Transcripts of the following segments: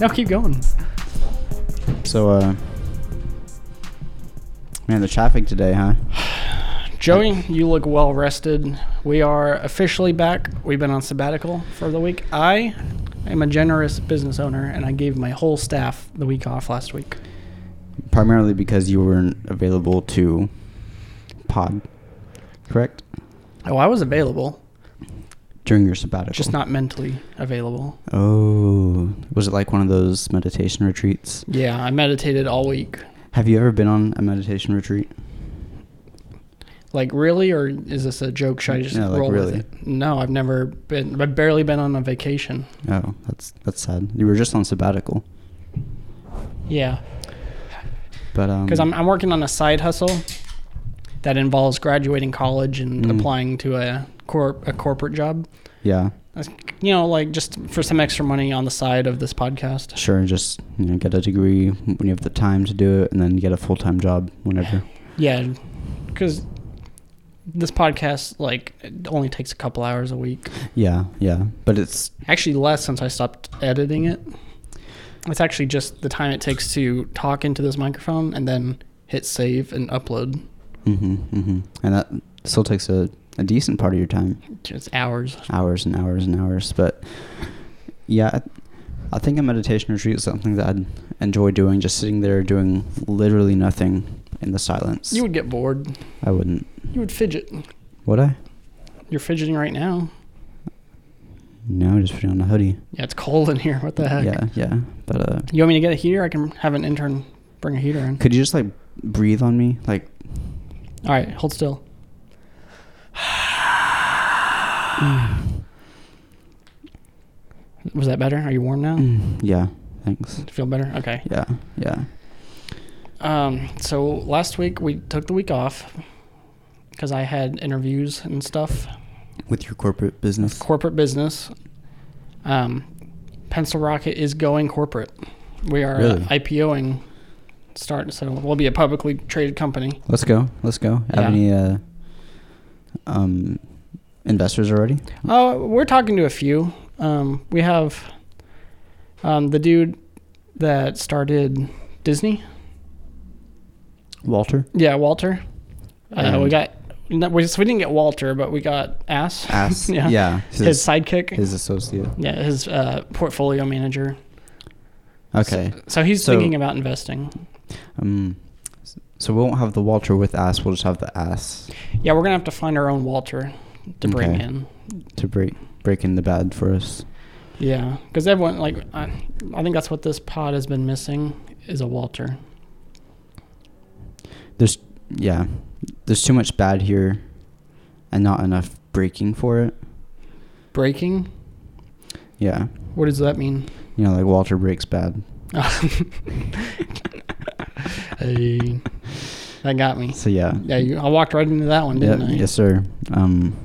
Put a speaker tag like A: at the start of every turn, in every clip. A: No, keep going.
B: So, uh, man, the traffic today, huh?
A: Joey, you look well rested. We are officially back. We've been on sabbatical for the week. I am a generous business owner, and I gave my whole staff the week off last week.
B: Primarily because you weren't available to pod, correct?
A: Oh, I was available,
B: During your sabbatical.
A: just not mentally available.
B: Oh, was it like one of those meditation retreats?
A: Yeah, I meditated all week.
B: Have you ever been on a meditation retreat?
A: Like really, or is this a joke? Should I just
B: No, like,
A: roll
B: really.
A: with it? No, I've never been. I've barely been on a vacation.
B: Oh, that's that's sad. You were just on sabbatical,
A: Yeah,
B: but um,
A: because I'm I'm working on a side hustle that involves graduating college and
B: Mm.
A: applying to a corp a corporate job.
B: yeah,
A: That's- You know, like just for some extra money on the side of this podcast.
B: sure, just you know, get a degree when you have the time to do it, and then get a full time job whenever.
A: Yeah, because this podcast like it only takes a couple hours a week.
B: Yeah, yeah, but it's
A: Actually, less since I stopped editing it. It's actually just the time it takes to talk into this microphone and then hit save and upload.
B: mm-hmm, mm-hmm. and that still takes a, a decent part of your time,
A: It's hours.
B: hours and hours and hours. But yeah, I- I think a meditation retreat is something that I'd enjoy doing, just sitting there doing literally nothing in the silence.
A: You would get bored.
B: I wouldn't.
A: You would fidget.
B: Would I?
A: You're fidgeting right now.
B: No, just putting on a hoodie.
A: Yeah, it's cold in here. What the heck?
B: Yeah, yeah. But uh,
A: You want me to get a heater? I can have an intern bring a heater in.
B: could you just like breathe on me? Like,
A: All right, hold still. Was that better? Are you warm
B: Mm.
A: now?
B: yeah, thanks.
A: Feel better? Okay.
B: Yeah, yeah.
A: Um, so last week we took the week off because I had interviews and stuff,
B: With your corporate business.
A: corporate business. Um, Pencil Rocket is going corporate. We are
B: Really?
A: uh, IPOing start, so we'll be a publicly traded company.
B: Let's go. Let's go. Have
A: Yeah.
B: any uh, um, investors already?
A: Oh, we're talking to a few. Um, we have um, the dude that started Disney.
B: Walter.
A: Yeah, Walter. Uh, we
B: And-
A: got. no, We, so we didn't get Walter, but we got Ass.
B: Ass.
A: Yeah.
B: yeah. yeah.
A: His, sidekick.
B: his associate.
A: yeah, his uh, portfolio manager.
B: Okay.
A: So he's
B: So-
A: thinking about investing.
B: Um, so we won't have the Walter with ass. We'll just have the ass
A: Yeah, we're gonna have to find our own Walter to bring
B: Okay.
A: in.
B: to break break in the bad for us.
A: Yeah, because everyone like I, I think that's what this pod has been missing is a Walter.
B: There's yeah. There's too much bad here, and not enough breaking for it.
A: Breaking.
B: Yeah.
A: What does that mean?
B: You know, like Walter breaks bad.
A: Hey, that got me.
B: So yeah.
A: Yeah, you, I walked right into that one, didn't
B: Yep,
A: I?
B: Yes, sir. Um,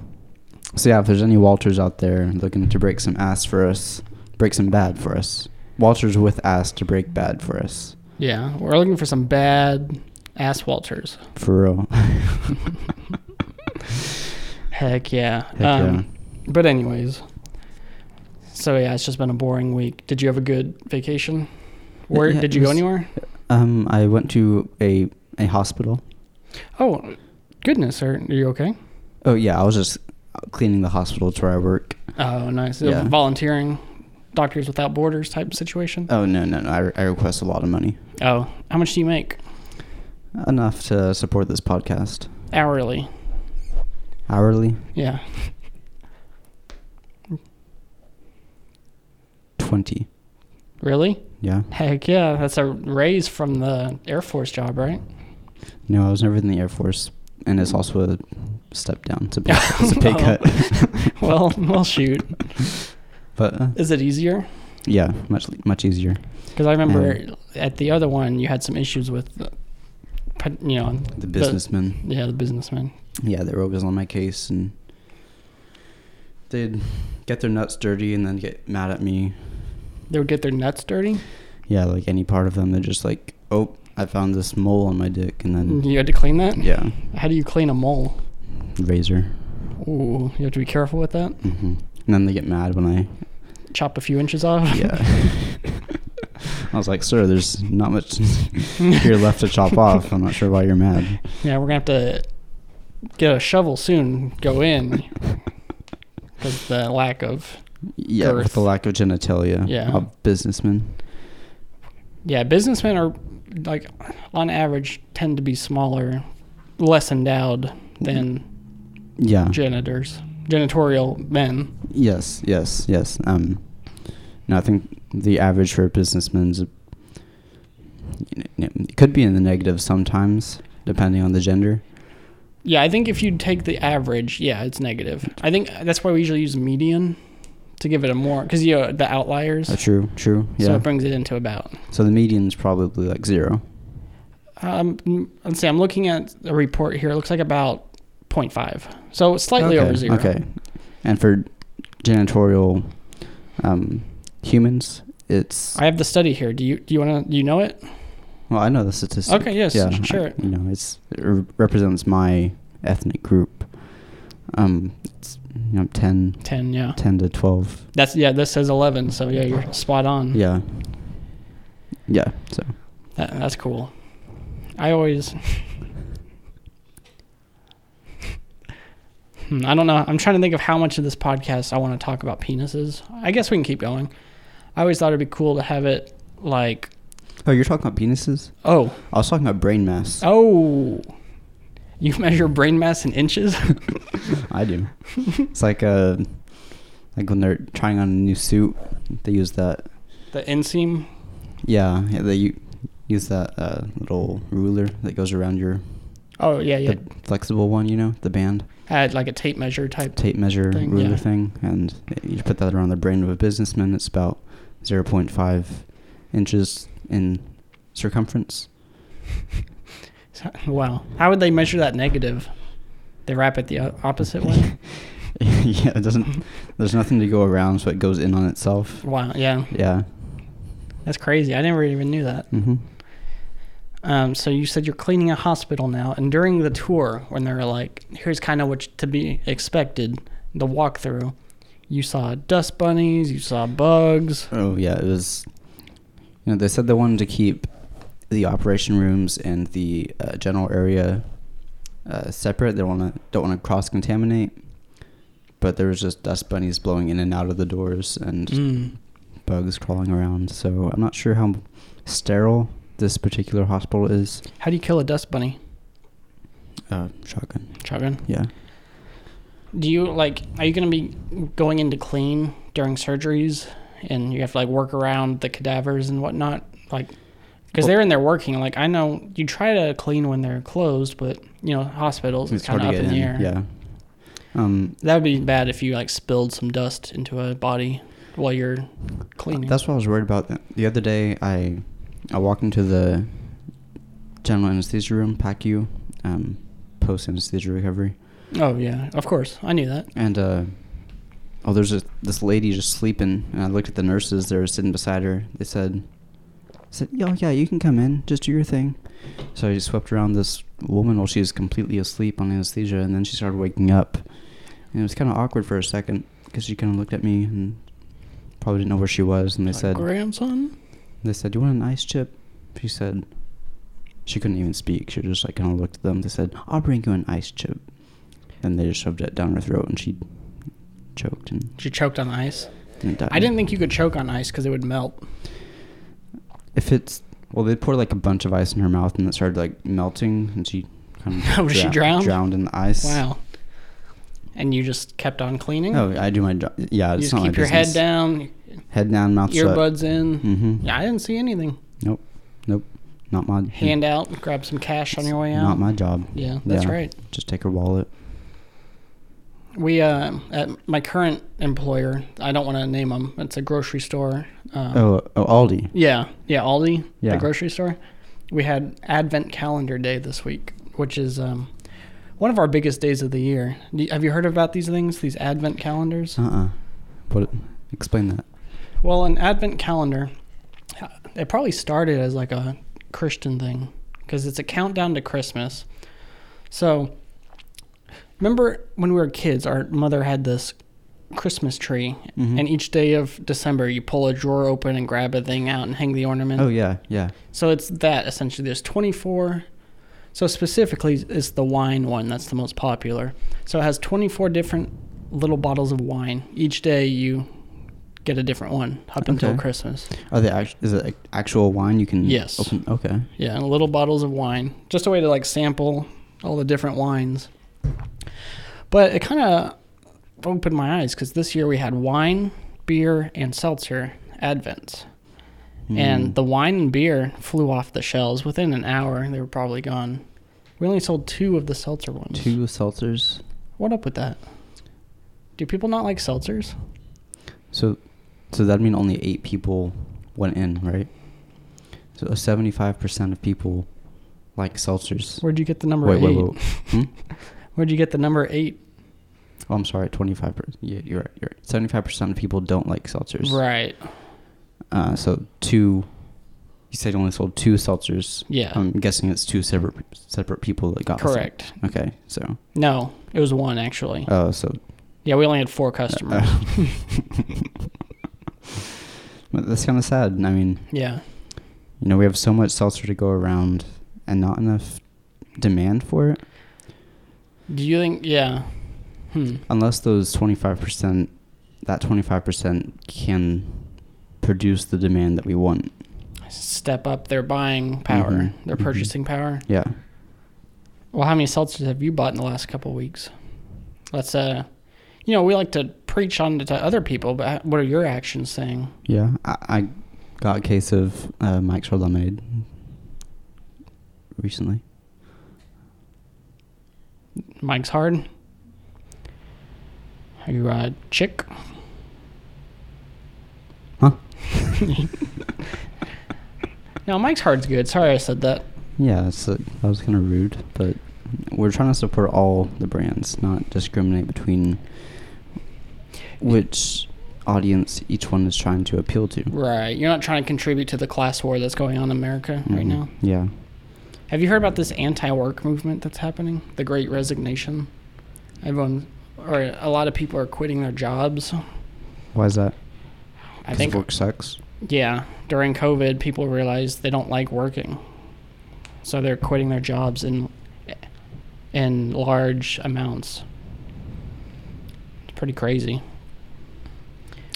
B: so yeah, if there's any Walters out there looking to break some ass for us, break some bad for us. Walters with ass to break bad for us.
A: Yeah, we're looking for some bad ass Walters.
B: For real.
A: Heck yeah.
B: Heck Um,
A: Um, But anyways, so yeah, it's just been a boring week. Did you have a good vacation? Where
B: yeah,
A: did
B: it
A: you go
B: was-
A: anywhere?
B: um, I went to a a hospital.
A: Oh, goodness, are, are you okay?
B: Oh yeah, I was just cleaning the hospital to where I work.
A: Oh, nice.
B: Yeah.
A: Volunteering, Doctors Without Borders type situation.
B: Oh no no no! I, re- I request a lot of money,
A: oh, how much do you make
B: enough to support this podcast
A: hourly?
B: hourly.
A: Yeah.
B: Twenty.
A: Really?
B: Yeah.
A: Heck yeah, that's a raise from the Air Force job, right?
B: No, I was never in the Air Force, and it's also a step down. It's a pay, it's a pay cut.
A: Well, well, shoot.
B: but uh,
A: Is it easier?
B: Yeah, much much easier.
A: Because I remember
B: Mm.
A: at the other one you had some issues with, the, put- you know,
B: The businessmen,
A: yeah, the businessman.
B: yeah, they were always on my case, and they'd get their nuts dirty and then get mad at me.
A: They would get their nuts dirty.
B: Yeah, like any part of them, they're just like, "Oh, I found this mole on my dick," and then
A: You had to clean that.
B: yeah,
A: How do you clean a mole?
B: razor. Mm-hmm.
A: Ooh, you have to be careful with that.
B: hmm And then they get mad when I
A: Chop a few inches off.
B: yeah. I was like, sir, there's not much here left to chop off. I'm not sure why you're mad.
A: Yeah, we're gonna have to get a shovel soon. Go in because the lack of
B: Yeah, with
A: Girth.
B: the lack of genitalia
A: Yeah.
B: of businessmen.
A: yeah, businessmen are like on average tend to be smaller, less endowed than
B: Yeah.
A: janitors, janitorial men.
B: yes, yes, yes. Um, no, I think the average for a businessman's it could be in the negative sometimes, depending on the gender.
A: Yeah, I think if you take the average, yeah, it's negative. I think that's why we usually use median to give it a more because you know, the outliers,
B: Uh, true, true. Yeah.
A: so
B: So,
A: it brings it into about.
B: the median's probably like zero.
A: Um, mm, let's see. I'm looking at a report here. It looks like about 0.5, so it's slightly
B: okay.
A: over zero.
B: Okay. And for janitorial um, humans, it's
A: I have the study here. Do you do you want to do you know it?
B: well, I know the statistic.
A: Okay, yes,
B: yeah,
A: sh-
B: I-
A: sure.
B: You know, it's it re- represents my ethnic group. Um, it's you know 10,
A: 10, yeah.
B: 10 to twelve.
A: That's yeah, this says 11, so yeah, you're spot on.
B: Yeah, yeah. So
A: That, that's cool. I always Hmm, I don't know. I'm trying to think of how much of this podcast I want to talk about penises. I guess we can keep going. I always thought it'd be cool to have it like
B: oh, you're talking about penises?
A: oh,
B: I was talking about brain mass.
A: oh. You measure brain mass in inches?
B: I do. it's like uh like when they're trying on a new suit, they use that.
A: the inseam?
B: Yeah, yeah they u- use that uh, little ruler that goes around your
A: Oh, yeah, yeah.
B: the flexible one. You know, the band.
A: Had like a tape measure type.
B: tape measure
A: thing,
B: ruler
A: yeah.
B: thing, and you put that around the brain of a businessman. It's about zero point five inches in circumference.
A: Wow. How would they measure that negative? They wrap it the o- opposite way?
B: yeah, it doesn't. There's nothing to go around, so it goes in on itself.
A: Wow. Yeah.
B: Yeah.
A: That's crazy. I never even knew that.
B: Mm-hmm.
A: Um, so you said you're cleaning a hospital now, and during the tour, when they're like, "Here's kind of what to be expected," the walkthrough, you saw dust bunnies, you saw bugs.
B: Oh yeah, it was. You know, they said they wanted to keep the operation rooms and the uh, general area uh, separate. They want to don't want to cross contaminate. But there was just dust bunnies blowing in and out of the doors, and
A: Mm.
B: bugs crawling around. So I'm not sure how sterile this particular hospital is.
A: How do you kill a dust bunny,
B: Uh, shotgun.
A: Chuggan?
B: Yeah.
A: Do you like? Are you gonna be going into clean during surgeries, and you have to like work around the cadavers and whatnot, like? Because
B: Well-
A: they're in there working. Like I know you try to clean when they're closed, but you know hospitals it's kind of up in, the air.
B: Yeah. Um,
A: That would be bad if you like spilled some dust into a body while you're cleaning.
B: that's what I was worried about. The- The other day, I I walked into the general anesthesia room, PACU, um, post anesthesia recovery,
A: oh yeah, of course I knew that.
B: and uh, oh, there's a, this lady just sleeping, and I looked at the nurses that were sitting beside her. They said, "said Yo, yeah, you can come in, just do your thing." So I just swept around this woman while she was completely asleep on anesthesia, and then she started waking up, and it was kind of awkward for a second because she kind of looked at me and probably didn't know where she was, and they
A: Like,
B: said,
A: grandson.
B: they said, "Do you want an ice chip?" She said, she couldn't even speak. She just like kind of looked at them. They said, "I'll bring you an ice chip," and they just shoved it down her throat, and she choked and,
A: She choked on ice.
B: and died.
A: I didn't think you could choke on ice because it would melt.
B: If it's well, they poured like a bunch of ice in her mouth, and it started like melting, and she kind of
A: Oh, she drowned?
B: drowned in the ice.
A: Wow. And you just kept on cleaning.
B: Oh, I do my job.
A: you
B: Yeah, it's
A: just
B: not
A: keep
B: my
A: your head
B: business.
A: down,
B: Head down, mouth shut.
A: earbuds in.
B: Mm-hmm.
A: Yeah, I didn't see anything.
B: Nope. Nope. Not my
A: Hand out, grab some cash on your way out.
B: Not my job.
A: Yeah, that's
B: Yeah.
A: right.
B: Just take her wallet.
A: We uh, at my current employer, I don't want to name them. It's a grocery store. Um,
B: Oh, oh, Aldi.
A: Yeah, yeah, Aldi,
B: Yeah.
A: the grocery store. We had Advent Calendar Day this week, which is um, one of our biggest days of the year. Do- Have you heard about these things? These Advent calendars?
B: Uh uh What? Explain that.
A: Well, an Advent calendar, uh, it probably started as like a Christian thing because it's a countdown to Christmas. So, remember when we were kids, our mother had this Christmas tree,
B: Mhm.
A: and each day of December you pull a drawer open and grab a thing out and hang the ornament.
B: Oh yeah, yeah.
A: So it's that essentially. There's 24. So specifically, it's the wine one that's the most popular. So it has 24 different little bottles of wine. Each day you get a different one up until
B: Okay.
A: Christmas.
B: Are they act- is it like actual wine you can
A: Yes.
B: open? Okay.
A: Yeah, and little bottles of wine. Just a way to like sample all the different wines. But it kind of opened my eyes because this year we had wine, beer, and seltzer advents.
B: Hmm. Mm.
A: And the wine and beer flew off the shelves within an hour. They were probably gone. We only sold two of the seltzer ones.
B: Two seltzers.
A: What up with that? Do people not like seltzers?
B: So so that'd mean only eight people went in, right? So seventy five percent of people like seltzers.
A: Where'd you get the number
B: Wait,
A: eight?
B: wait, wait. Hmm?
A: Where'd you get the number eight?
B: Oh, I'm sorry. Twenty five percent. Yeah, you're right. You're right. Seventy five percent of people don't like seltzers.
A: Right.
B: Uh, so two. You said you only sold two seltzers.
A: Yeah.
B: I'm guessing it's two separate separate people that got the sel-
A: Correct.
B: Okay, so
A: No, it was one actually.
B: oh, so
A: Yeah, we only had four customers.
B: But that's kind of sad. I mean,
A: yeah.
B: you know, we have so much seltzer to go around and not enough demand for it.
A: Do you think? Yeah. Hmm.
B: Unless those 25%, that 25% can produce the demand that we want.
A: Step up their buying power,
B: Mhm,
A: their
B: mhm.
A: purchasing power.
B: Yeah.
A: Well, how many seltzers have you bought in the last couple of weeks? Let's uh, you know, we like to preach on to other people, but h- what are your actions saying?
B: Yeah. I, I got a case of uh, Mike's Hard Lemonade recently.
A: Mike's hard. Are you a chick?
B: Huh?
A: No, Mike's hard's good. Sorry, I said that.
B: Yeah, so that was kind of rude, but we're trying to support all the brands, not discriminate between which audience each one is trying to appeal to.
A: Right. You're not trying to contribute to the class war that's going on in America right
B: Mhm.
A: now.
B: Yeah.
A: Have you heard about this anti-work movement that's happening? The Great Resignation. Everyone, or a lot of people are quitting their jobs.
B: Why is that?
A: I think,
B: work sucks.
A: yeah, during COVID, people realized they don't like working, so they're quitting their jobs in in large amounts. It's pretty crazy.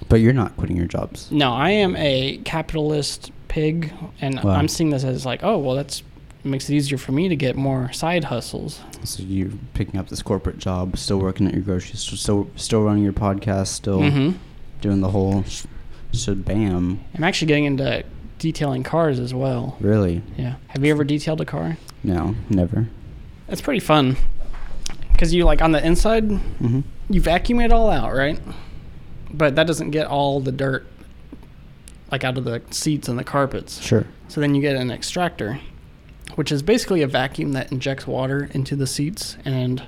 B: But you're not quitting your jobs.
A: No, I am a capitalist pig, and
B: Wow.
A: I'm seeing this as like, oh, well, that's makes it easier for me to get more side hustles.
B: So you're picking up this corporate job, still working at your grocery store, still, still running your podcast, still
A: Mm-hmm.
B: doing the whole sh- shabam.
A: I'm actually getting into detailing cars as well.
B: Really?
A: Yeah. Have you ever detailed a car?
B: No, never.
A: It's pretty fun. Cause you like on the inside,
B: Mm-hmm.
A: you vacuum it all out, right? But that doesn't get all the dirt like out of the seats and the carpets.
B: Sure.
A: So then you get an extractor, which is basically a vacuum that injects water into the seats and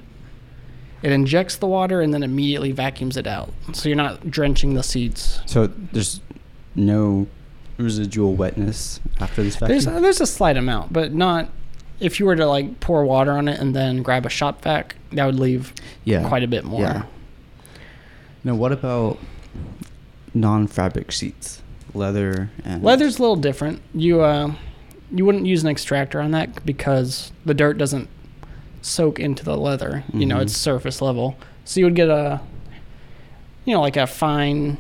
A: it injects the water and then immediately vacuums it out. So you're not drenching the seats.
B: So there's no residual wetness after this vacuum.
A: There's there's a slight amount, but not if you were to like pour water on it and then grab a shop vac, that would leave
B: yeah.
A: quite a bit more.
B: Yeah. Now, what about non-fabric seats, leather and
A: Leather's a little different. You uh, you wouldn't use an extractor on that because the dirt doesn't soak into the leather. You know,
B: Mhm.
A: it's surface level, so you would get a you know like a fine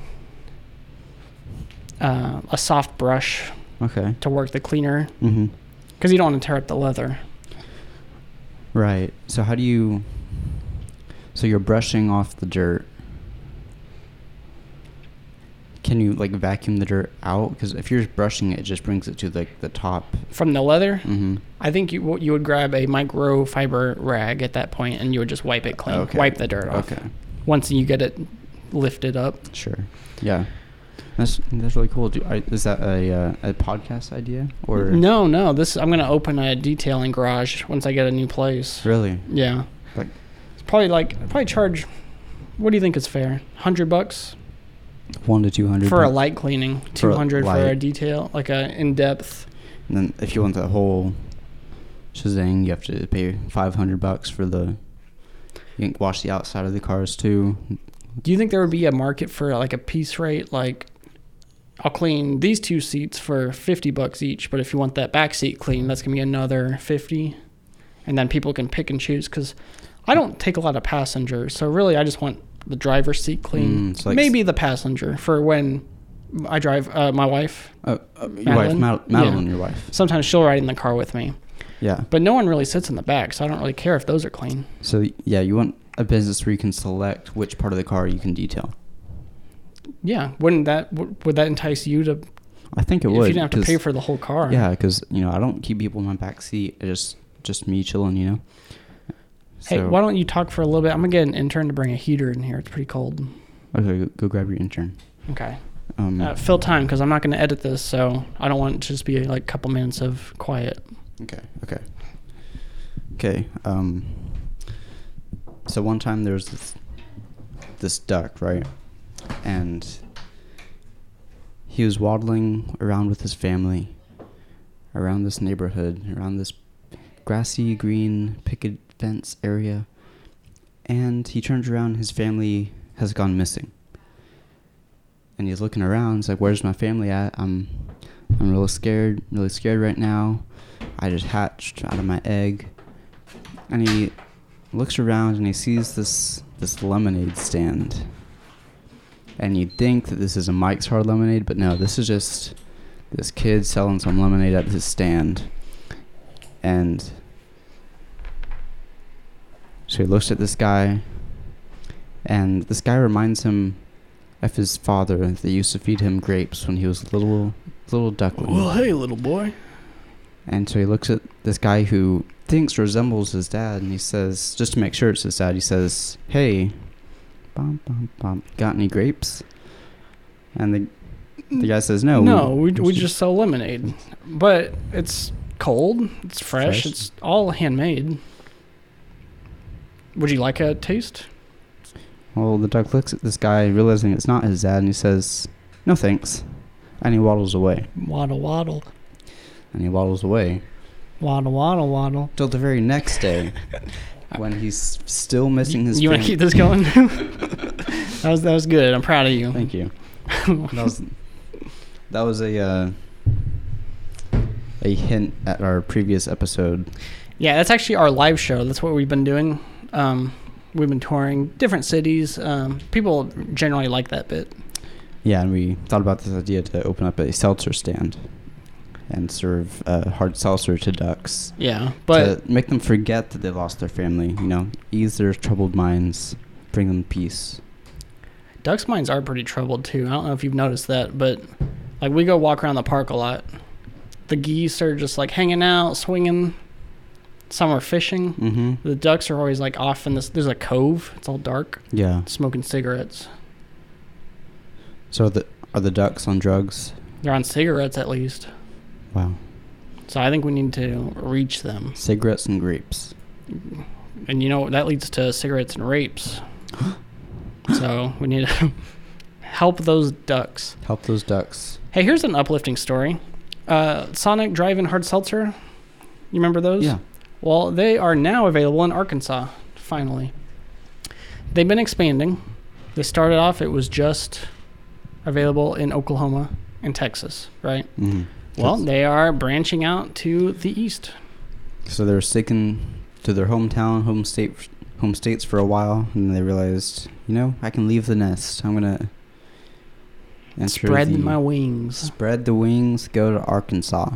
A: uh, a soft brush
B: Okay.
A: to work the cleaner
B: Mm-hmm.
A: because you don't want to tear up the leather.
B: Right. So how do you? So you're brushing off the dirt. Can you like vacuum the dirt out? Because if you're just brushing it, it just brings it to like the top.
A: From the leather,
B: Mm-hmm.
A: I think you what you would grab a microfiber rag at that point, and you would just wipe it clean,
B: Okay.
A: wipe the dirt off.
B: Okay.
A: Once you get it lifted up,
B: Sure. Yeah. That's that's really cool. Do, I, is that a uh, a podcast idea or
A: no, no, this I'm gonna open a detailing garage once I get a new place.
B: Really?
A: Yeah,
B: Like
A: it's probably like I'd probably charge. What do you think is fair? Hundred bucks
B: one to two hundred
A: for a light cleaning,
B: For
A: two
B: a
A: hundred for a
B: light.
A: detail, like a in depth.
B: And then if you want the whole shazang, you have to pay five hundred bucks for the. You can wash the outside of the cars too.
A: Do you think there would be a market for like a piece rate? Like, I'll clean these two seats for fifty bucks each, but if you want that back seat clean, that's gonna be another fifty, and then people can pick and choose. Because I don't take a lot of passengers, so really I just want the driver's seat clean,
B: Mm, so like-
A: maybe the passenger for when I drive uh, my wife.
B: Uh, uh, your
A: Madeline?
B: wife, Mad-
A: Yeah.
B: Madeline, your wife.
A: Sometimes she'll ride in the car with me,
B: Yeah.
A: but no one really sits in the back, so I don't really care if those are clean.
B: So yeah, you want a business where you can select which part of the car you can detail.
A: Yeah, wouldn't that w- would that entice you to?
B: I think it
A: if you
B: would.
A: didn't have to
B: 'cause-
A: pay for the whole car.
B: Yeah, because you know I don't keep people in my back seat. I just just me chilling, you know.
A: Hey,
B: So-
A: why don't you talk for a little bit? I'm gonna get an intern to bring a heater in here. It's pretty cold.
B: Okay, go, go grab your intern.
A: Okay,
B: Um,
A: uh, fill time because I'm not gonna edit this, so I don't want it to just be like a couple minutes of quiet.
B: Okay. Okay. Okay. Um. So one time there was this, this duck, right, and he was waddling around with his family, around this neighborhood, around this grassy green picket fence area, and he turns around. His family has gone missing, and he's looking around. He's like, "Where's my family at? I'm, I'm really scared, really scared right now." I just hatched out of my egg. And he looks around and he sees this this lemonade stand. And you'd think that this is a Mike's Hard Lemonade, but no, this is just this kid selling some lemonade at his stand. And so he looks at this guy, and this guy reminds him of his father that used to feed him grapes when he was a little little duckling.
A: hey, little boy.
B: And so he looks at this guy who thinks resembles his dad, and he says, just to make sure it's his dad, he says, "Hey, bum, bum, bum, got any grapes?" And the the guy says, "No,
A: No, we, we just sell lemonade, but it's cold, it's fresh,
B: Fresh.
A: it's all handmade. Would you like a taste?
B: Well, the duck looks at this guy, realizing it's not his dad, and he says, "No, thanks," and he waddles away,
A: Waddle, waddle,
B: and he waddles away
A: waddle, waddle, waddle.
B: till the very next day, when he's still missing his.
A: you want to
B: family-
A: keep this going? that was that was good. I'm proud of you.
B: Thank you. that was that was a uh, a hint at our previous episode.
A: Yeah, that's actually our live show. That's what we've been doing. Um, we've been touring different cities. Um, people generally like that bit.
B: Yeah, and we thought about this idea to open up a seltzer stand and serve uh, hard seltzer to ducks
A: Yeah, but
B: to make them forget that they lost their family. You know, ease their troubled minds, bring them peace.
A: ducks' minds are pretty troubled too. I don't know if you've noticed that, but like we go walk around the park a lot. The geese are just like hanging out, swinging. Some are fishing.
B: Mm-hmm.
A: The ducks are always like off in this. There's a cove. It's all dark,
B: Yeah.
A: smoking cigarettes.
B: So the are the ducks on drugs?
A: They're on cigarettes at least.
B: Wow.
A: So I think we need to reach them.
B: Cigarettes and grapes.
A: And you know that leads to cigarettes and rapes. so we need to help those ducks.
B: Help those ducks.
A: Hey, here's an uplifting story. Uh, Sonic Drive-In Hard Seltzer. You remember those?
B: Yeah.
A: Well, they are now available in Arkansas. Finally, they've been expanding. They started off; it was just available in Oklahoma and Texas, right?
B: Mm-hmm.
A: Well, they are branching out to the east.
B: So they were sticking to their hometown, home state, home states for a while, and they realized, you know, I can leave the nest. I'm gonna enter
A: Spread
B: the-
A: my wings.
B: spread the wings. Go to Arkansas.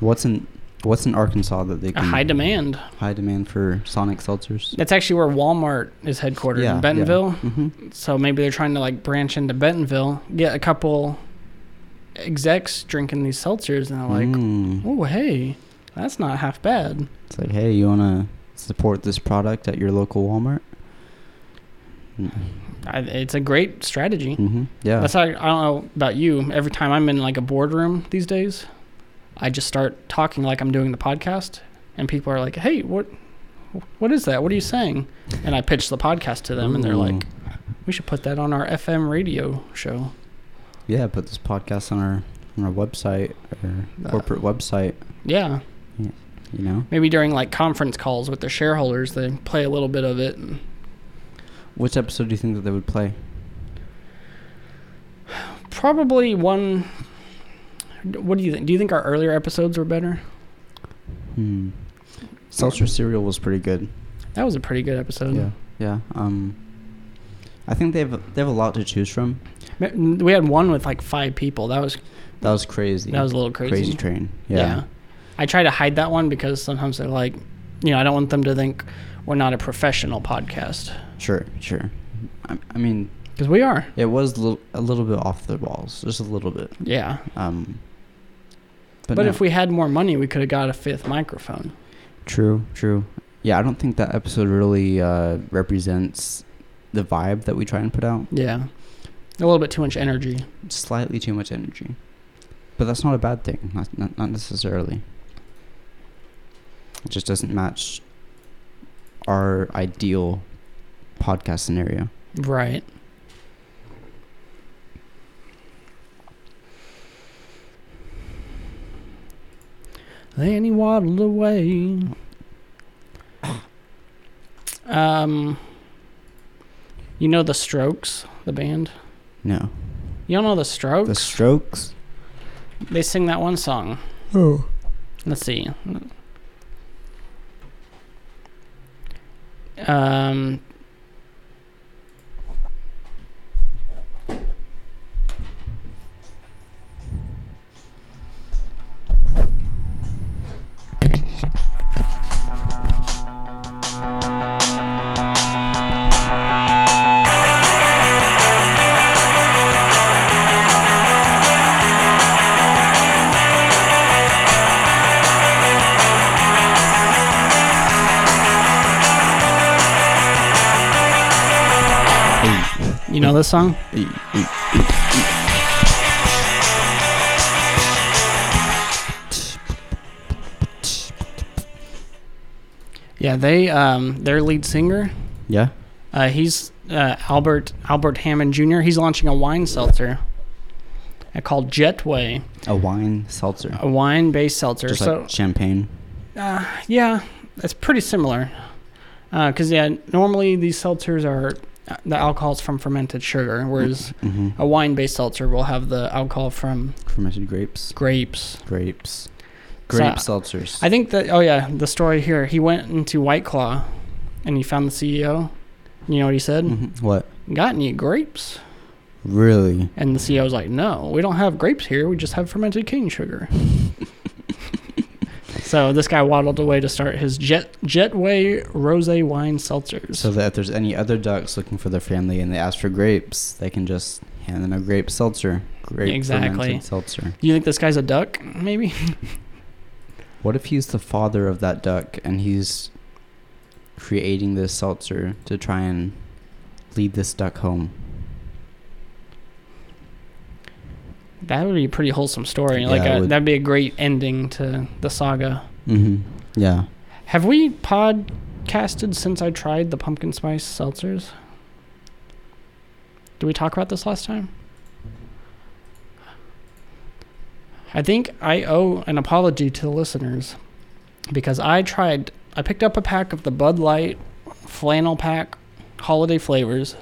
B: What's in What's in Arkansas that they
A: A
B: can
A: high demand.
B: high demand for Sonic seltzers?
A: That's actually where Walmart is headquartered in Bentonville.
B: hmm
A: So maybe they're trying to like branch into Bentonville, get a couple execs drinking these seltzers, and they're like,
B: Mm.
A: "Oh, hey, that's not half bad."
B: It's like, hey, you wanna support this product at your local Walmart?
A: I, it's a great strategy.
B: Mm-hmm. Yeah.
A: That's how I don't know about you. Every time I'm in like a boardroom these days, I just start talking like I'm doing the podcast, and people are like, "Hey, what, what is that? What are you saying?" And I pitch the podcast to them, and they're like, "We should put that on our FM radio show."
B: yeah, put this podcast on our on our website, our
A: Uh,
B: corporate website.
A: Yeah.
B: You know.
A: maybe during like conference calls with their shareholders, they play a little bit of it. And
B: Which episode do you think that they would play?
A: Probably one. What do you think? Do you think our earlier episodes were better?
B: Hmm. Seltzer cereal was pretty good.
A: That was a pretty good episode.
B: Yeah. Yeah. Um, I think they have they have a lot to choose from.
A: Ma- We had one with like five people. That was
B: That was crazy.
A: that was a little crazy.
B: crazy train.
A: yeah.
B: Yeah.
A: I try to hide that one because sometimes they're like, you know, I don't want them to think we're not a professional podcast
B: Sure. Sure. I, I mean,
A: because we are.
B: it was li- a little bit off the walls, just a little bit.
A: Yeah.
B: Um,
A: But,
B: no.
A: if we had more money, we could have got a fifth microphone.
B: True, true. Yeah, I don't think that episode really uh, represents the vibe that we try and put out.
A: Yeah. A little bit too much energy.
B: Slightly too much energy, but that's not a bad thing. Not not, not necessarily. It just doesn't match our ideal podcast scenario.
A: Right. Then he waddled away. Um, you know the Strokes, the band.
B: No,
A: You don't know the Strokes?
B: the Strokes.
A: they sing that one song.
B: Oh,
A: Let's see. Um, you know this song? Yeah, they um, their lead singer.
B: yeah.
A: Uh, he's uh, Albert Albert Hammond Jr. He's launching a wine seltzer uh, called Jetway,
B: A wine seltzer,
A: a wine-based seltzer.
B: just
A: Oh, so
B: like champagne.
A: uh, yeah, it's pretty similar. Because yeah, normally these seltzers are uh, the alcohol's from fermented sugar, whereas
B: hmm
A: a wine-based seltzer will have the alcohol from
B: Fermented grapes.
A: grapes.
B: Grapes.
A: So,
B: Grape seltzers.
A: I think that oh yeah, the story here. He went into White Claw, and he found the CEO. You know what he said?
B: Mhm. What?
A: Got any grapes?
B: Really?
A: And the CEO was like, "No, we don't have grapes here. We just have fermented cane sugar." so this guy waddled away to start his jet jetway rosé wine seltzers.
B: So that if there's any other ducks looking for their family and they ask for grapes, they can just hand them a grape seltzer. Grape
A: Exactly.
B: fermented seltzer.
A: you think this guy's a duck? Maybe.
B: What if he's the father of that duck and he's creating this seltzer to try and lead this duck home?
A: That would be a pretty wholesome story. like
B: Yeah, it
A: a,
B: would.
A: that'd be a great ending to the saga.
B: Mm-hmm. Yeah.
A: Have we podcasted since I tried the pumpkin spice seltzers? Did we talk about this last time? I think I owe an apology to the listeners because I tried, I picked up a pack of the Bud Light flannel pack holiday flavors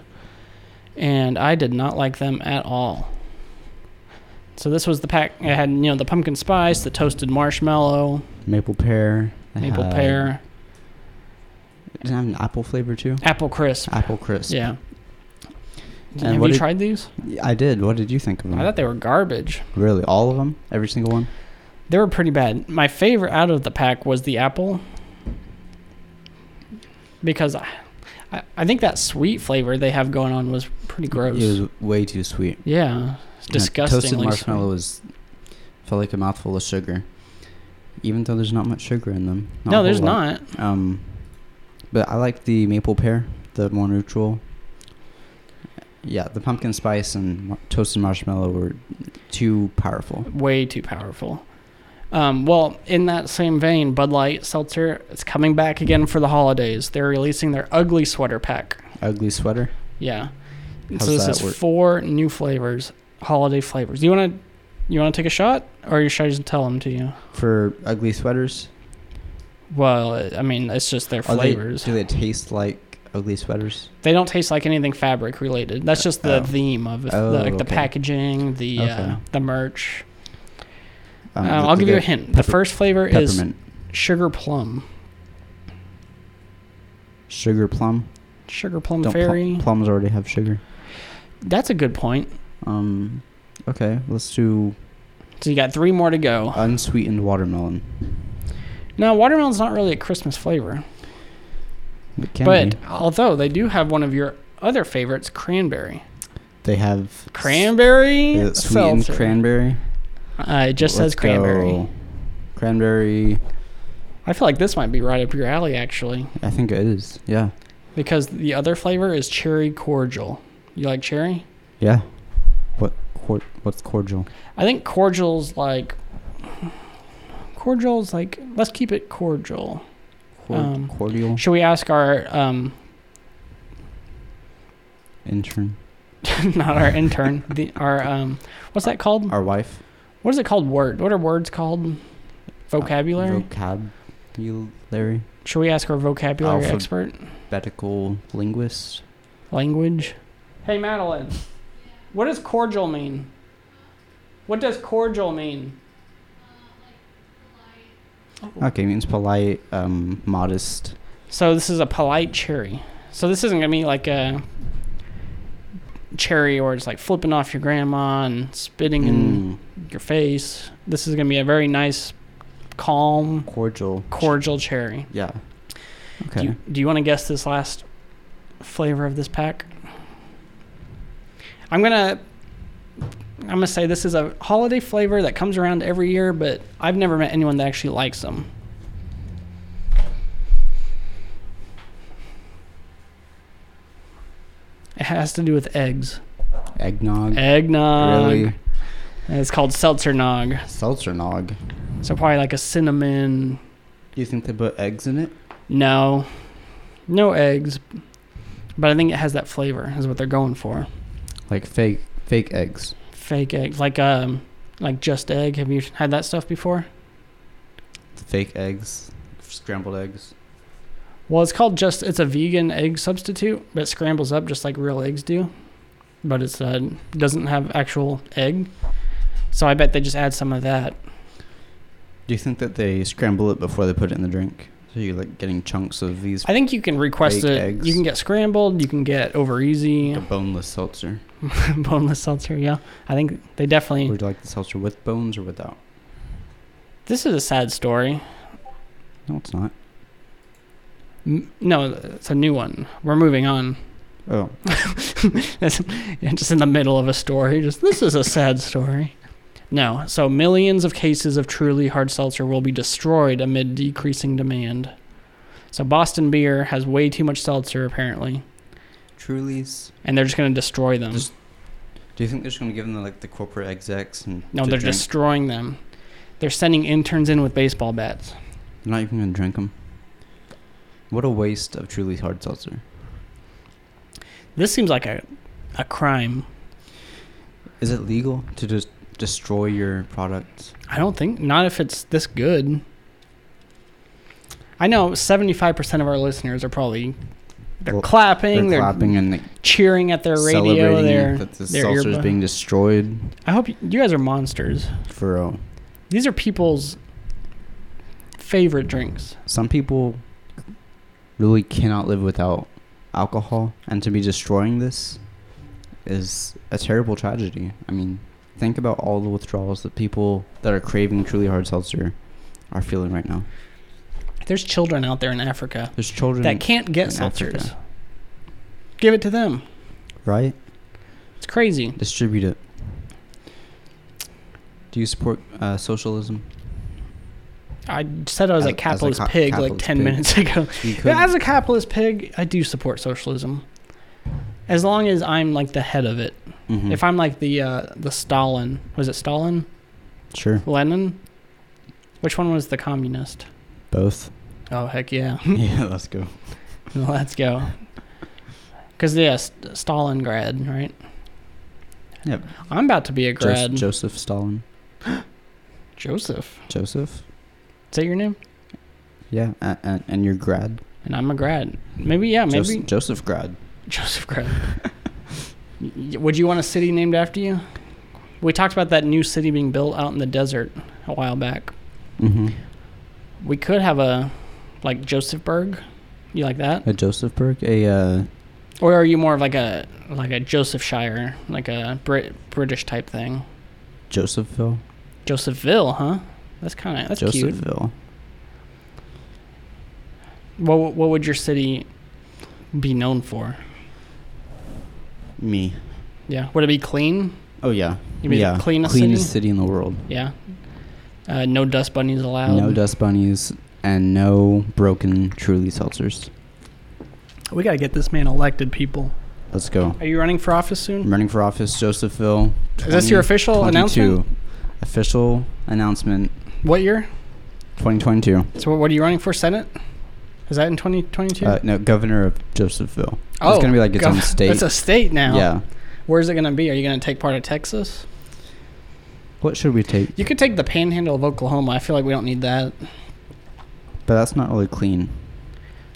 A: and I did not like them at all. So this was the pack, it had, you know, the pumpkin spice, the toasted marshmallow,
B: Maple pear. it
A: maple
B: had-
A: pear.
B: Did it have an apple flavor too?
A: Apple crisp.
B: Apple crisp.
A: Yeah.
B: And
A: Have
B: what
A: you
B: did- Mm.
A: tried these?
B: I did. What did you think of
A: I
B: them?
A: thought they were garbage.
B: really? All of them? Every single one?
A: They were pretty bad. My favorite out of the pack was the apple because I, I, I think that sweet flavor they have going on was pretty gross.
B: It was way too sweet.
A: yeah, it's
B: Yeah, Toasted
A: disgustingly. sweet.
B: marshmallow is felt like a mouthful of sugar, even though there's not much sugar in them. not a
A: No,
B: whole
A: there's
B: lot.
A: not.
B: Um, but I like the maple pear, the more neutral. Yeah, the pumpkin spice and mar- toasted marshmallow were too powerful.
A: Way too powerful. Um, well, in that same vein, Bud Light Seltzer is coming back again for the holidays. They're releasing their ugly sweater pack.
B: Ugly sweater.
A: Yeah.
B: How's
A: so this
B: that
A: is
B: work?
A: four new flavors, holiday flavors. You wanna you wanna take a shot, or should I just tell them to you?
B: For ugly sweaters,
A: Well, I mean, it's just their
B: are they-
A: flavors.
B: do they taste like ugly sweaters.
A: They don't taste like anything fabric related. That's just the
B: Oh.
A: theme of it,
B: Oh,
A: the, like the
B: okay.
A: packaging, the uh,
B: Okay.
A: the merch. Um,
B: Um, the-
A: I'll
B: the
A: give you a
B: good
A: hint. the
B: pepper-
A: first flavor is
B: peppermint,
A: sugar plum.
B: sugar plum.
A: Sugar plum
B: Don't pl-
A: fairy.
B: plums already have sugar.
A: That's a good point.
B: Um, okay, let's do
A: So you got three more to go.
B: unsweetened watermelon.
A: Now watermelon's not really a Christmas flavor,
B: It can
A: but
B: be.
A: although they do have one of your other favorites, cranberry.
B: they have s-
A: Cranberry.
B: is it sweetened
A: seltzer.
B: cranberry.
A: Uh, it just
B: Let's
A: says cranberry.
B: go Cranberry.
A: I feel like this might be right up your alley actually,
B: I think it is. Yeah.
A: because the other flavor is cherry cordial. You like cherry?
B: Yeah. What? Cor- what's cordial?
A: I think cordial's like cordial's like let's keep it cordial.
B: Cor-
A: Um,
B: cordial
A: Should we ask our um
B: intern.
A: not our intern, the our um what's that called?
B: Our wife.
A: What is it called? Word. What are words called? Vocabulary.
B: Vocabulary.
A: Should we ask our vocabulary
B: Alpha-
A: expert?
B: Betical linguist.
A: Language. Hey Madeline, what does cordial mean? What does cordial mean?
B: Okay, means polite, um, modest.
A: So this is a polite cherry. So this isn't gonna be like a cherry or it's like flipping off your grandma and spitting
B: Mm,
A: in your face. This is gonna be a very nice, calm,
B: cordial.
A: cordial cherry.
B: Yeah.
A: Do
B: Okay.
A: you, do you want to guess this last flavor of this pack? I'm gonna I'm gonna say this is a holiday flavor that comes around every year, but I've never met anyone that actually likes them. It has to do with eggs.
B: Eggnog.
A: Eggnog.
B: Really?
A: And It's called seltzer nog.
B: Seltzer nog. Do
A: So probably like a cinnamon.
B: you think they put eggs in it?
A: No, no eggs, but I think it has that flavor. Is what they're going for.
B: Like fake, fake eggs.
A: Fake eggs, like um, like just egg. Have you had that stuff before?
B: Fake eggs. Scrambled eggs.
A: Well, it's called just. It's a vegan egg substitute, but it scrambles up just like real eggs do, but it's uh, doesn't have actual egg. So I bet they just add some of that.
B: Do you think that they scramble it before they put it in the drink? So you're like getting chunks of these
A: I think you can request
B: Fake
A: it.
B: eggs.
A: You can get scrambled. You can get over easy,
B: the boneless seltzer.
A: boneless seltzer. Yeah, I think they definitely.
B: Would you like the seltzer with bones or without?
A: This is a sad story.
B: No, it's not.
A: M- No, it's a new one. We're moving on.
B: Oh,
A: That's- yeah, just in the middle of a story. Just this is a sad story. No, so millions of cases of truly hard seltzer will be destroyed amid decreasing demand. So Boston Beer has way too much seltzer apparently,
B: Truly's.
A: and they're just going to destroy them.
B: Just- Do you think they're just gonna give them like the corporate execs and
A: no,
B: to
A: they're
B: drink?
A: destroying them. They're sending interns in with baseball bats.
B: They're not even gonna drink them. What a waste of Truly's hard seltzer.
A: This seems like a a crime.
B: Is it legal to just destroy your product?
A: I don't think not if it's this good. I know seventy five percent of our listeners are probably they're
B: Well,
A: clapping, they're,
B: they're clapping and like,
A: cheering at their radio.
B: celebrating
A: They're
B: that the
A: their
B: seltzer is
A: earbud-
B: being destroyed
A: I hope you, you guys are monsters.
B: for uh,
A: These are people's favorite drinks.
B: some people. Really cannot live without alcohol, and to be destroying this is a terrible tragedy. I mean, think about all the withdrawals that people that are craving Truly hard seltzer are feeling right now.
A: There's children out there in Africa
B: There's children
A: that can't get
B: Mm. in
A: seltzers.
B: Africa.
A: Give it to them.
B: Right?
A: It's crazy.
B: Distribute it. Do you support uh, socialism?
A: I said I was
B: As-
A: a
B: as a
A: capitalist
B: ca-
A: pig like
B: capitalist
A: ten
B: pig.
A: minutes ago.
B: You could.
A: Yeah, as a capitalist pig, I do support socialism. As long as I'm like the head of it.
B: Mhm.
A: If I'm like the uh, the Stalin, was it Stalin?
B: sure.
A: Lenin? Which one was the communist?
B: Both.
A: Oh heck yeah,
B: yeah, let's go.
A: let's go. Because yeah, St- Stalin grad, right?
B: Yep.
A: I'm about to be a
B: Jos-
A: grad.
B: Joseph Stalin.
A: Joseph,
B: Joseph?
A: is that your name?
B: Yeah. And, and, and your grad?
A: and I'm a grad. Maybe yeah,
B: Jos-
A: maybe
B: Joseph Grad.
A: Joseph Grad. Y- Would you want a city named after you? We talked about that new city being built out in the desert a while back.
B: Mm-hmm.
A: We could have a like Josephburg. You like that?
B: A Josephburg. A uh,
A: Or are you more of like a like a Joseph Shire, like a Brit British type thing?
B: Josephville.
A: Josephville, huh? That's kind of that's cute.
B: Josephville.
A: What w- what would your city be known for?
B: Me.
A: Yeah, would it be clean?
B: Oh yeah.
A: You mean the
B: yeah.
A: cleanest city?
B: in the world.
A: Yeah. Uh, no dust bunnies allowed.
B: No dust bunnies and no broken truly seltzers.
A: We gotta get this man elected, people.
B: Let's go.
A: Are you running for office soon?
B: I'm running for office, Josephville.
A: Is this your
B: 2022.
A: official announcement?
B: Official announcement,
A: What year?
B: 2022.
A: So what are you running for? Senate? Is that in 2022?
B: Uh, no, governor of Josephville. it's gonna be like its
A: Oh, gov-
B: own state.
A: It's a state now.
B: Yeah.
A: Where's it gonna be? Are you gonna take part of Texas?
B: What should we take?
A: You could take the Panhandle of Oklahoma. I feel like we don't need that.
B: But that's not really clean.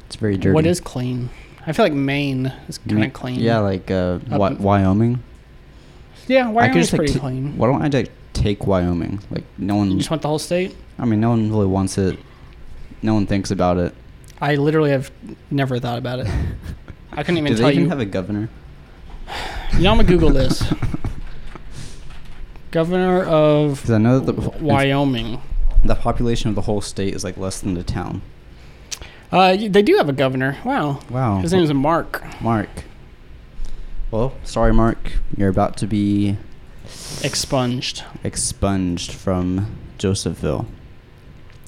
B: It's very dirty.
A: What is clean? I feel like Maine is kind
B: Ma-
A: of clean.
B: Yeah, like uh, Wy-
A: Up-
B: Wyoming.
A: Yeah,
B: I could
A: Wyoming's
B: just like
A: pretty
B: t-
A: clean.
B: Why don't I like take Wyoming? Like no
A: You
B: one.
A: just want the whole state?
B: I mean, no one really wants it. No one thinks about it.
A: I literally have never thought about it. I couldn't even
B: Do
A: tell
B: they even
A: you.
B: have a governor?
A: you know, I'm gonna Google this. Governor of
B: Because I know that the, it's-
A: Wyoming.
B: the population of the whole state is like less than the town.
A: Uh, y- they do have a governor. Wow.
B: Wow.
A: His name is Mark.
B: Mark. Well, sorry, Mark. You're about to be
A: Expunged.
B: expunged from Josephville.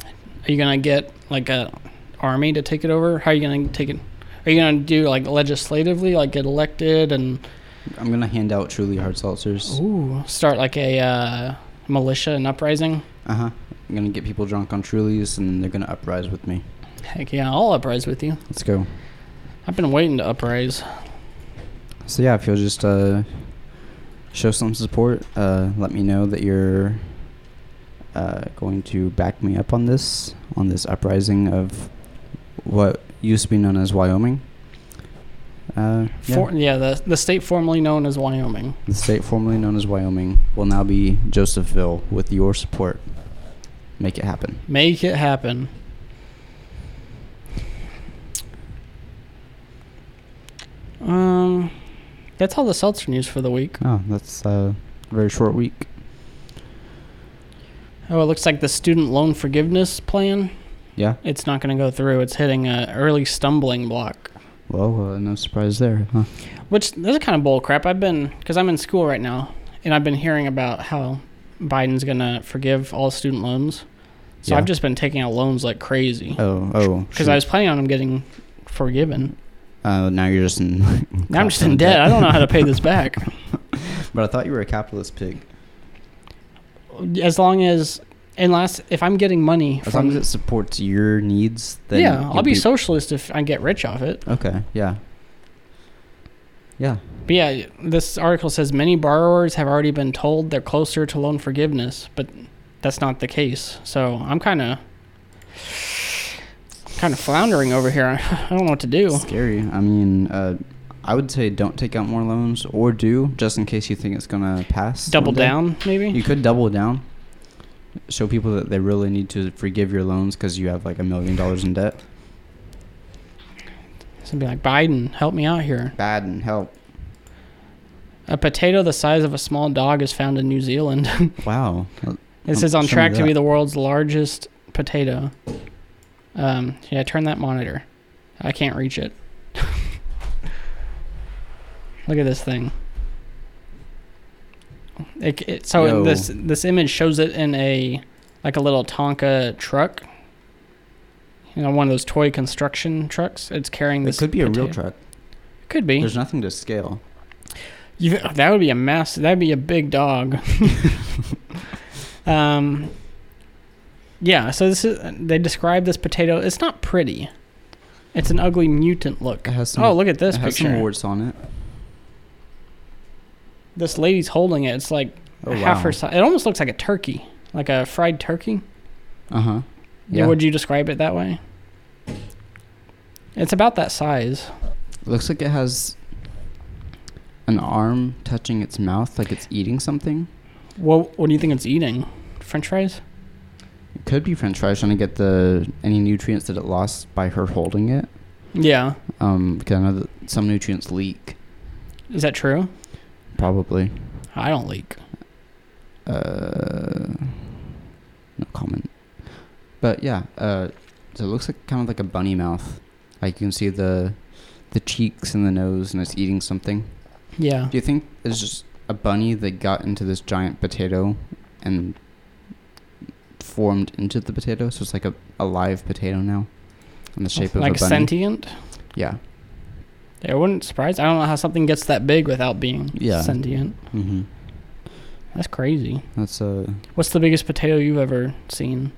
A: Are you gonna get like a army to take it over? How are you gonna take it? Are you gonna do like legislatively, like get elected and
B: I'm gonna hand out truly hard seltzers.
A: ooh start like a uh, militia and uprising?
B: Uh huh. I'm gonna get people drunk on Trulies, and then they're gonna uprise with me.
A: Heck yeah, I'll uprise with you.
B: Let's go.
A: I've been waiting to uprise.
B: So yeah, if you'll just uh, show some support, uh, let me know that you're uh, going to back me up on this on this uprising of what used to be known as Wyoming. Uh, yeah.
A: For, yeah, the the state formerly known as Wyoming.
B: the state formerly known as Wyoming will now be Josephville with your support. Make it happen.
A: Make it happen. Um, that's all the seltzer news for the week.
B: Oh, that's uh, a very short week.
A: Oh, it looks like the student loan forgiveness plan.
B: Yeah.
A: It's not going to go through. It's hitting a early stumbling block,
B: Well, uh, no surprise there, huh?
A: which that's kind of bull crap. I've been because I'm in school right now, and I've been hearing about how Biden's going to forgive all student loans. So
B: Yeah.
A: I've just been taking out loans like crazy
B: Oh, oh.
A: because I was planning on them getting forgiven.
B: Uh, now you're just in.
A: Now I'm just in debt. I don't know how to pay this back.
B: But I thought you were a capitalist pig.
A: As long as unless if I'm getting money
B: As long
A: from
B: as it supports your needs, then
A: yeah, I'll
B: you'll
A: be socialist if I get rich off it.
B: Okay. Yeah. Yeah.
A: But yeah, this article says many borrowers have already been told they're closer to loan forgiveness, but that's not the case. So I'm kind of kind of floundering over here. I don't know what to do.
B: Scary. I mean, uh, I would say don't take out more loans, or do just in case you think it's gonna pass.
A: Double
B: one day.
A: down, maybe.
B: You could double down. Show people that they really need to forgive your loans because you have like a million dollars in debt.
A: Something like Biden, help me out here.
B: Bad and help.
A: A potato the size of a small dog is found in New Zealand.
B: Wow.
A: This
B: Um,
A: is on
B: show me
A: track to be
B: that.
A: the world's largest potato. Um, yeah, turn that monitor. I can't reach it. Look at this thing. It, it, so
B: Yo.
A: this this image shows it in a like a little Tonka truck. You know, one of those toy construction trucks. It's carrying
B: It
A: this.
B: could be a real
A: potato.
B: truck.
A: Could be.
B: There's nothing to scale.
A: You, that would be a mess. That'd be a big dog. um, yeah. So this is. They describe this potato. It's not pretty. It's an ugly mutant look.
B: It has some.
A: Oh, look at this
B: it has some
A: picture.
B: warts on it.
A: This lady's holding it. It's like
B: Oh
A: half
B: wow.
A: her size. It almost looks like a turkey, like a fried turkey.
B: Uh huh.
A: Yeah. Would you describe it that way? It's about that size.
B: Looks like it has an arm touching its mouth, like it's eating something.
A: What What do you think it's eating? French fries?
B: It could be French fries trying to get the any nutrients that it lost by her holding it.
A: Yeah.
B: Um, because I know that some nutrients leak,
A: Is that true?
B: probably.
A: I don't leak.
B: Uh, no comment. But yeah, uh, so it looks like kind of like a bunny mouth. Like you can see the the cheeks and the nose, and it's eating something.
A: Yeah.
B: Do you think it's just a bunny that got into this giant potato and formed into the potato? So it's like a, a live potato now in the shape of
A: like
B: a bunny.
A: sentient?
B: Yeah.
A: It wouldn't surprise. I don't know how something gets that big without being
B: Yeah.
A: sentient.
B: Mm-hmm.
A: That's crazy.
B: That's uh,
A: What's the biggest potato you've ever seen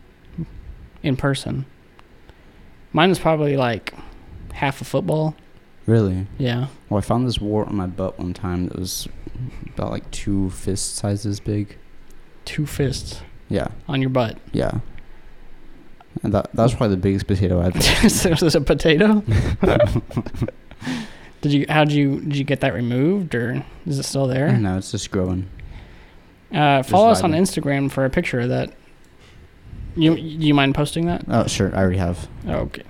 A: in person? Mine is probably like half a football.
B: really.
A: Yeah.
B: Well, I found this wart on my butt one time that was about like two fist sizes big.
A: Two fists
B: Yeah,
A: on your butt.
B: yeah. And that that's probably the biggest potato I've.
A: so is it a potato? did you how did you did you get that removed or is it still
B: I don't
A: there?
B: know. It's just growing.
A: Uh, follow us on
B: Mm-hmm. vibing.
A: Instagram for a picture of that. You you mind posting that?
B: Oh, sure. I already have.
A: Okay.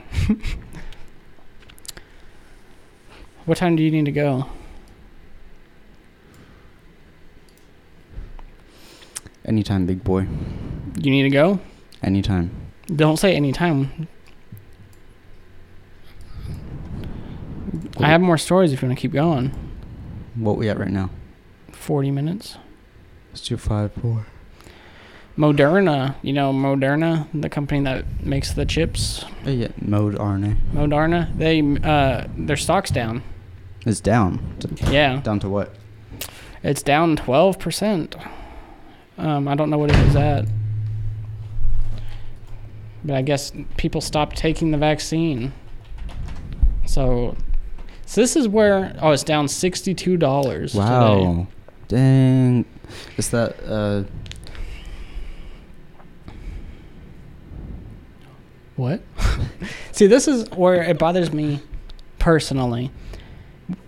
A: what time do you need to go?
B: Anytime, big boy.
A: You need to go?
B: Anytime.
A: Don't say any time. I have more stories if you want to keep going.
B: What we at right now?
A: 40 minutes.
B: Let's do five, four.
A: Moderna, you know, Moderna, the company that makes the chips,
B: Oh, yeah, mode RNA
A: Moderna, they uh their stock's down.
B: is down. To,
A: Yeah.
B: down to what?
A: It's down 12%. Um, I don't know what it is at. But I guess people stopped taking the vaccine. So, so this is where oh, it's down sixty-two dollars.
B: Wow. Dang. Is that uh?
A: What? See, this is where it bothers me personally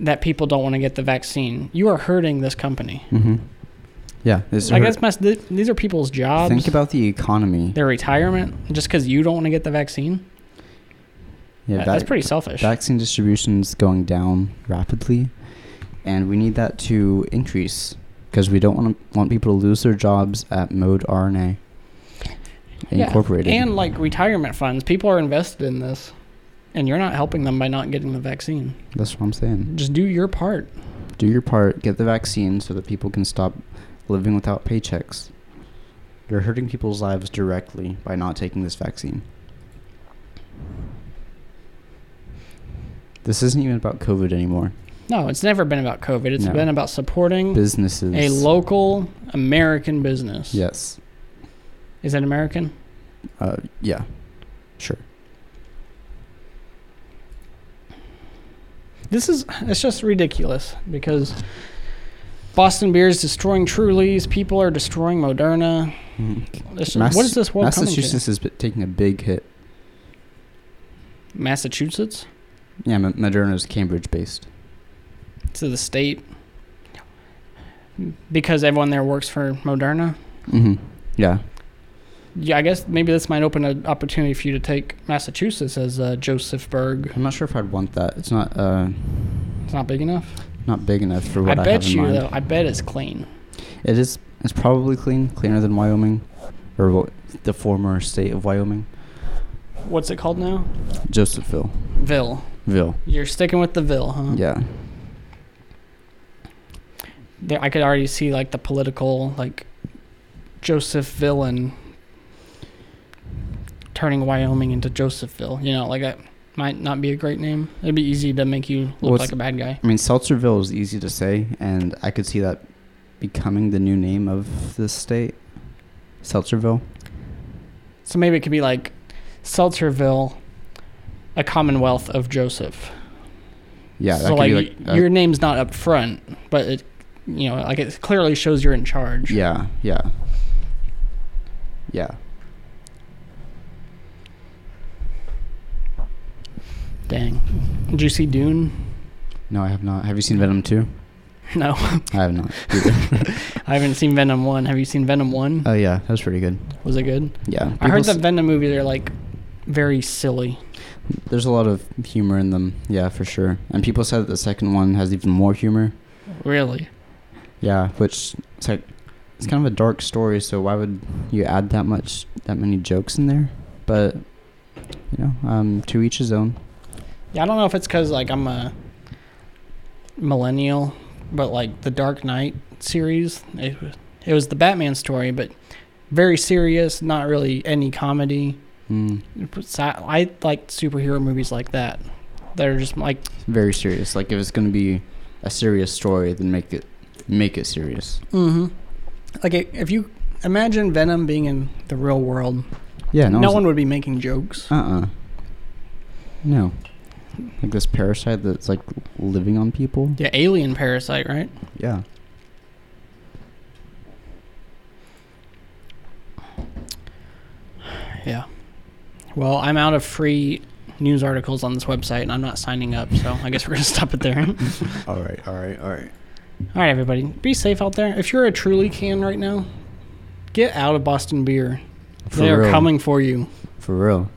A: that people don't want to get the vaccine. You are hurting this company.
B: Mm-hmm. Yeah. Is
A: Like that's mess. Th- these are people's jobs.
B: Think about the economy.
A: their retirement just because you don't want to get the vaccine.
B: Yeah,
A: That-
B: vac-
A: that's pretty selfish.
B: Vaccine distribution's going down rapidly, and we need that to increase because we don't want want people to lose their jobs at Mode RNA
A: Yeah,
B: Incorporated.
A: And like retirement funds, people are invested in this, and you're not helping them by not getting the vaccine.
B: That's what I'm saying.
A: Just do your part.
B: Do your part. Get the vaccine so that people can stop living without paychecks. You're hurting people's lives directly by not taking this vaccine. This isn't even about COVID anymore.
A: No, it's never been about COVID. It's
B: No.
A: been about supporting
B: Businesses.
A: a local American business.
B: Yes.
A: Is that American?
B: Uh, yeah. Sure.
A: This is it's just ridiculous because Boston beer is destroying Trulies. People are destroying Moderna. This-
B: Mass-
A: what is this world coming to?
B: Massachusetts is b- taking a big hit.
A: Massachusetts,
B: Yeah, M- Moderna's Cambridge based.
A: to the state, because everyone there works for Moderna. Mm-hmm.
B: hmm Yeah.
A: Yeah, I guess maybe this might open an opportunity for you to take Massachusetts as uh, Josephburg.
B: I'm not sure if I'd want that. It's not uh,
A: It's not big enough.
B: not big enough for
A: I
B: what I,
A: bet
B: have in
A: you
B: mind.
A: though. I bet it's clean.
B: It is. It's probably clean, cleaner than Wyoming, or what, the former state of Wyoming,
A: What's it called now?
B: Josephville.
A: Ville.
B: Ville.
A: You're sticking with the Ville, huh?
B: Yeah.
A: There, I could already see like the political like Joseph Villain turning Wyoming into Josephville. You know, like that might not be a great name. It'd be easy to make you look
B: Well, it's-
A: like a bad guy.
B: I mean, Seltzerville is easy to say, and I could see that becoming the new name of this state, Seltzerville.
A: So maybe it could be like Seltzerville, a Commonwealth of Joseph.
B: Yeah. that
A: so
B: could
A: like,
B: be
A: y-
B: uh,
A: your name's not up front, but it, you know, like it clearly shows you're in charge.
B: Yeah, yeah. Yeah.
A: Dang. Did you see Dune?
B: No, I have not. Have you seen Venom 2?
A: No,
B: I have not.
A: I haven't seen Venom one. Have you seen Venom one?
B: oh yeah, that was pretty good.
A: Was it good?
B: Yeah.
A: I heard
B: People
A: the
B: s-
A: Venom movies are like very silly.
B: there's a lot of humor in them. Yeah, for sure. And people said that the second one has even more humor.
A: Really?
B: Yeah, which it's like it's kind of a dark story, so why would you add that much that many jokes in there? But you know, um to each his own.
A: Yeah, I don't know if it's because like I'm a millennial, but like the Dark Knight series, it was it was the Batman story, but very serious, not really any comedy.
B: Mm,
A: It was- I like superhero movies like that. that are just like
B: very serious. Like if it's going to be a serious story, then make it make it serious.
A: hmm like i- if you imagine Venom being in the real world,
B: Yeah,
A: no,
B: no,
A: one would be making jokes.
B: Uh-uh. No. Like this parasite that's like living on people.
A: Yeah, alien parasite, right?
B: Yeah.
A: Yeah. Well, I'm out of free news articles on this website, and I'm not signing up, so I guess we're gonna stop it there.
B: All right. All right. All right.
A: All right, everybody, be safe out there. If you're a Truly can right now, get out of Boston Beer.
B: For
A: they are
B: real.
A: coming for you.
B: For real.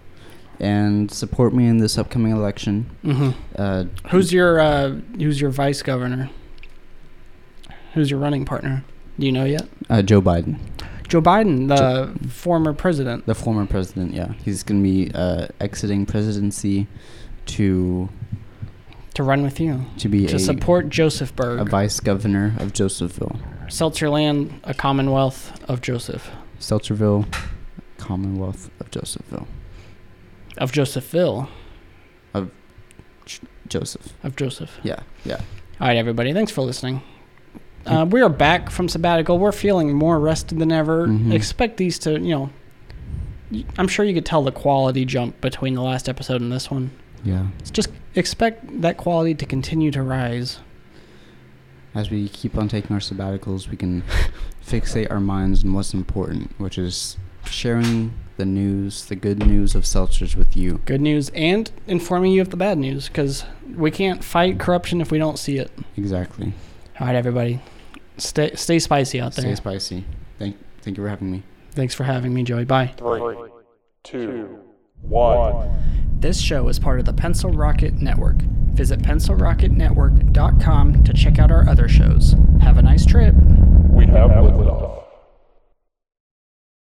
B: And support me in this upcoming election.
A: hmm
B: Uh,
A: Who's your uh, Who's your vice governor? Who's your running partner? Do you know yet?
B: uh, Joe Biden,
A: Joe Biden, the former president.
B: the former president. Yeah, he's gonna be uh, exiting presidency to
A: To run with you
B: to be
A: to
B: a,
A: support
B: a
A: Josephburg,
B: vice governor of Josephville,
A: Seltzerland, a Commonwealth of Joseph,
B: Seltzerville, Commonwealth of Josephville,
A: of Josephville,
B: Joseph.
A: of Joseph.
B: Yeah. Yeah.
A: All right, everybody. Thanks for listening. Uh, we are back from sabbatical. We're feeling more rested than ever.
B: Mhm.
A: Expect these to, you know, y- I'm sure you could tell the quality jump between the last episode and this one.
B: Yeah.
A: It's just expect that quality to continue to rise.
B: As we keep on taking our sabbaticals, we can fixate our minds on what's important, which is sharing the news, the good news of seltzers with you.
A: Good news and informing you of the bad news because we can't fight corruption if we don't see it.
B: Exactly.
A: All right, everybody. Stay, stay spicy out
B: Stay
A: there.
B: spicy. Thank, thank you for having me.
A: Thanks for having me, Joey. Bye.
C: Three, two, one.
A: This show is part of the Pencil Rocket Network. Visit pencilrocketnetwork.com to check out our other shows. Have a nice trip.
C: We have liftoff.